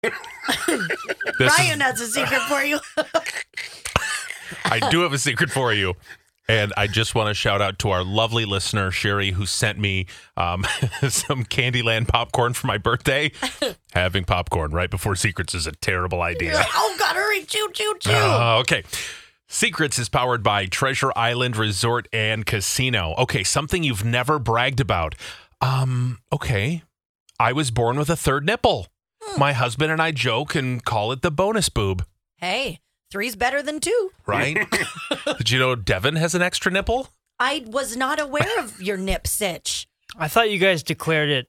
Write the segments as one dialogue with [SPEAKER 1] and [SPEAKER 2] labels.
[SPEAKER 1] This is-
[SPEAKER 2] Ryan has a secret for you.
[SPEAKER 1] I do have a secret for you. And I just want to shout out to our lovely listener, Sherry, who sent me um, some Candyland popcorn for my birthday. Having popcorn right before Secrets is a terrible
[SPEAKER 2] You're
[SPEAKER 1] idea.
[SPEAKER 2] like, oh God, hurry, choo, choo, choo.
[SPEAKER 1] Uh, okay. Secrets is powered by Treasure Island Resort and Casino. Okay, something you've never bragged about. Um, okay. I was born with a third nipple. My husband and I joke and call it the bonus boob,
[SPEAKER 2] hey, three's better than two.
[SPEAKER 1] right? Did you know Devin has an extra nipple?
[SPEAKER 2] I was not aware of your nip sitch.
[SPEAKER 3] I thought you guys declared it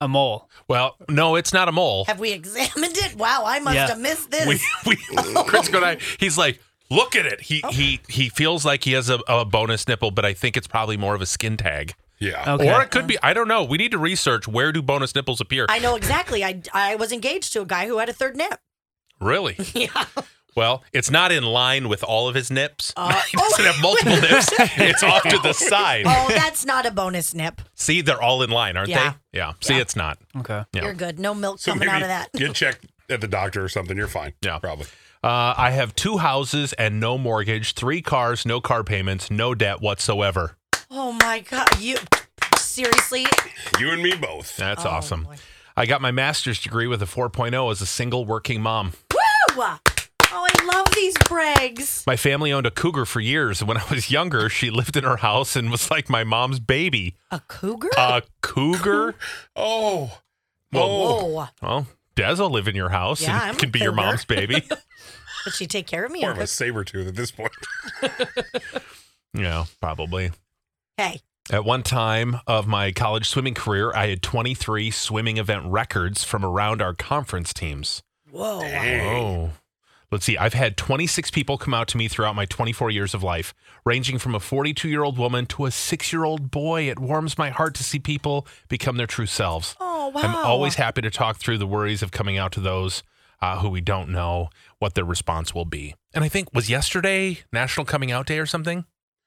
[SPEAKER 3] a mole.
[SPEAKER 1] Well, no, it's not a mole.
[SPEAKER 2] Have we examined it? Wow, I must
[SPEAKER 3] Yeah.
[SPEAKER 2] have missed this.
[SPEAKER 1] We, we, Crisco and I, he's like, look at it. He
[SPEAKER 2] Oh.
[SPEAKER 1] he he feels like he has a, a bonus nipple, but I think it's probably more of a skin tag.
[SPEAKER 4] Yeah.
[SPEAKER 3] Okay.
[SPEAKER 1] Or it could be, I don't know. We need to research where do bonus nipples appear.
[SPEAKER 2] I know exactly. I, I was engaged to a guy who had a third nip.
[SPEAKER 1] really?
[SPEAKER 2] Yeah.
[SPEAKER 1] Well, it's not in line with all of his nips.
[SPEAKER 2] Uh,
[SPEAKER 1] he doesn't have multiple nips. It's off to the side.
[SPEAKER 2] Oh, that's not a bonus nip.
[SPEAKER 1] See, they're all in line, aren't
[SPEAKER 2] Yeah.
[SPEAKER 1] they? Yeah. See, it's not.
[SPEAKER 3] okay.
[SPEAKER 1] Yeah.
[SPEAKER 2] You're good. No milk
[SPEAKER 4] So
[SPEAKER 2] coming out
[SPEAKER 4] maybe
[SPEAKER 2] of that.
[SPEAKER 4] get checked at the doctor or something. You're fine.
[SPEAKER 1] Yeah.
[SPEAKER 4] Probably.
[SPEAKER 1] Uh, I have two houses and no mortgage, three cars, no car payments, no debt whatsoever.
[SPEAKER 2] Oh my God. You seriously?
[SPEAKER 4] You and me both.
[SPEAKER 1] That's
[SPEAKER 2] Oh,
[SPEAKER 1] awesome.
[SPEAKER 2] boy.
[SPEAKER 1] I got my master's degree with a 4.0 as a single working mom.
[SPEAKER 2] Woo! Oh, I love these brags.
[SPEAKER 1] My family owned a cougar for years. and When I was younger, she lived in her house and was like my mom's baby.
[SPEAKER 2] A cougar?
[SPEAKER 1] A cougar?
[SPEAKER 4] Oh. Oh.
[SPEAKER 2] Whoa.
[SPEAKER 1] Well, Des will live in your house
[SPEAKER 2] Yeah,
[SPEAKER 1] and
[SPEAKER 2] I'm a
[SPEAKER 1] can be your
[SPEAKER 2] cougar.
[SPEAKER 1] mom's baby.
[SPEAKER 2] Did she take care of me?
[SPEAKER 4] More
[SPEAKER 2] Or
[SPEAKER 4] of a saber tooth at this point.
[SPEAKER 1] yeah, probably.
[SPEAKER 2] hey,
[SPEAKER 1] At one time of my college swimming career, I had 23 swimming event records from around our conference teams.
[SPEAKER 2] whoa.
[SPEAKER 4] Dang.
[SPEAKER 1] Oh. Let's see. I've had 26 people come out to me throughout my 24 years of life, ranging from a 42 year old woman to a six year old boy. It warms my heart to see people become their true selves.
[SPEAKER 2] Oh, wow.
[SPEAKER 1] I'm always happy to talk through the worries of coming out to those uh, who we don't know what their response will be. And I think was yesterday National Coming Out Day or something?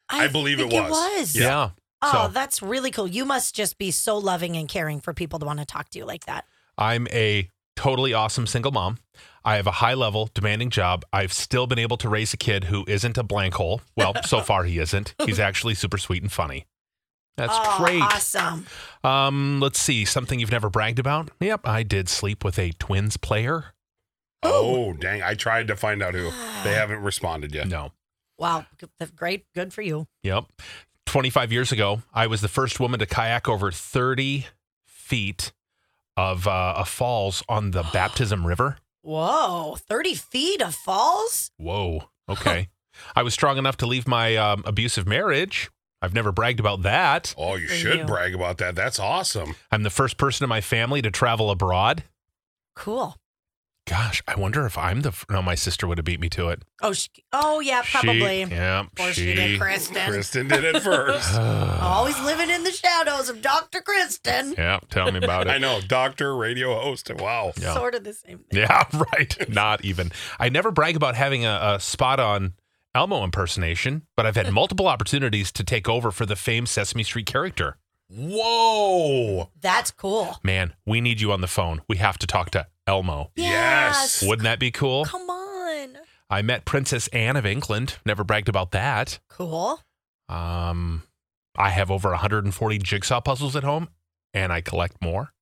[SPEAKER 4] I believe it
[SPEAKER 2] think
[SPEAKER 4] was.
[SPEAKER 2] Yeah.
[SPEAKER 1] Yeah.
[SPEAKER 2] Oh,
[SPEAKER 1] So-
[SPEAKER 2] that's really cool. You must just be so loving and caring for people to want to talk to you like that.
[SPEAKER 1] I'm a totally awesome single mom. I have a high level, demanding job. I've still been able to raise a kid who isn't a blank hole. Well, so far he isn't. He's actually super sweet and funny. That's
[SPEAKER 2] oh,
[SPEAKER 1] great.
[SPEAKER 2] Awesome.
[SPEAKER 1] Um, let's see something you've never bragged about. Yep, I did sleep with a twins player.
[SPEAKER 4] Oh, dang. I tried to find out who. They haven't responded yet.
[SPEAKER 1] No.
[SPEAKER 2] Wow. G- th- Great. Good for you.
[SPEAKER 1] Yep. 25 years ago, I was the first woman to kayak over 30 feet of uh, a falls on the baptism river.
[SPEAKER 2] Whoa. 30 feet of falls?
[SPEAKER 1] Whoa. Okay. I was strong enough to leave my um, abusive marriage. I've never bragged about that.
[SPEAKER 4] Oh, you
[SPEAKER 2] For
[SPEAKER 4] should
[SPEAKER 2] you.
[SPEAKER 4] brag about that. That's awesome.
[SPEAKER 1] I'm the first person in my family to travel abroad.
[SPEAKER 2] Cool.
[SPEAKER 1] Gosh, I wonder if I'm the. F- no, my sister would have beat me to it.
[SPEAKER 2] Oh, she, oh yeah,
[SPEAKER 1] She-
[SPEAKER 2] probably.
[SPEAKER 1] yeah.
[SPEAKER 2] Of course she did, Kristen.
[SPEAKER 4] Kristen did it first.
[SPEAKER 2] Always living in the shadows of Dr. Kristen.
[SPEAKER 1] yeah. Tell me about
[SPEAKER 4] I
[SPEAKER 1] it.
[SPEAKER 4] know. Doctor, radio host. Wow.
[SPEAKER 1] Yeah.
[SPEAKER 2] Sort of the same thing.
[SPEAKER 1] Yeah. Right. Not even. I never brag about having a, a spot on Elmo impersonation, but I've had multiple opportunities to take over for the famed Sesame Street character.
[SPEAKER 4] Whoa.
[SPEAKER 2] That's cool.
[SPEAKER 1] Man, we need you on the phone. We have to talk to Elmo.
[SPEAKER 4] Yes.
[SPEAKER 1] Wouldn't that be cool?
[SPEAKER 2] Come on.
[SPEAKER 1] I met Princess Anne of England. Never bragged about that.
[SPEAKER 2] Cool.
[SPEAKER 1] Um, I have over 140 jigsaw puzzles at home, and I collect more.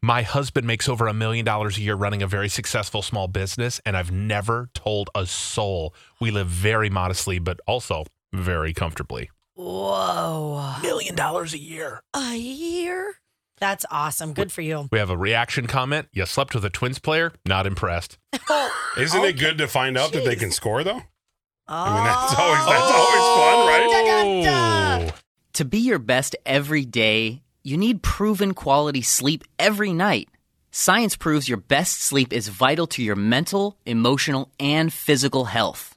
[SPEAKER 1] My husband makes over a million dollars a year running a very successful small business, and I've never told a soul. We live very modestly, but also very comfortably.
[SPEAKER 2] Whoa.
[SPEAKER 1] Million dollars a year.
[SPEAKER 2] A year? That's awesome. Good for you.
[SPEAKER 1] We have a reaction comment. You slept with a twins player? Not impressed.
[SPEAKER 2] Oh,
[SPEAKER 4] Isn't it good to find out that they can score though?
[SPEAKER 2] I
[SPEAKER 4] mean, that's always- that's always fun, right?
[SPEAKER 1] Oh.
[SPEAKER 5] To be your best every day, you need proven quality sleep every night. Science proves your best sleep is vital to your mental, emotional, and physical health.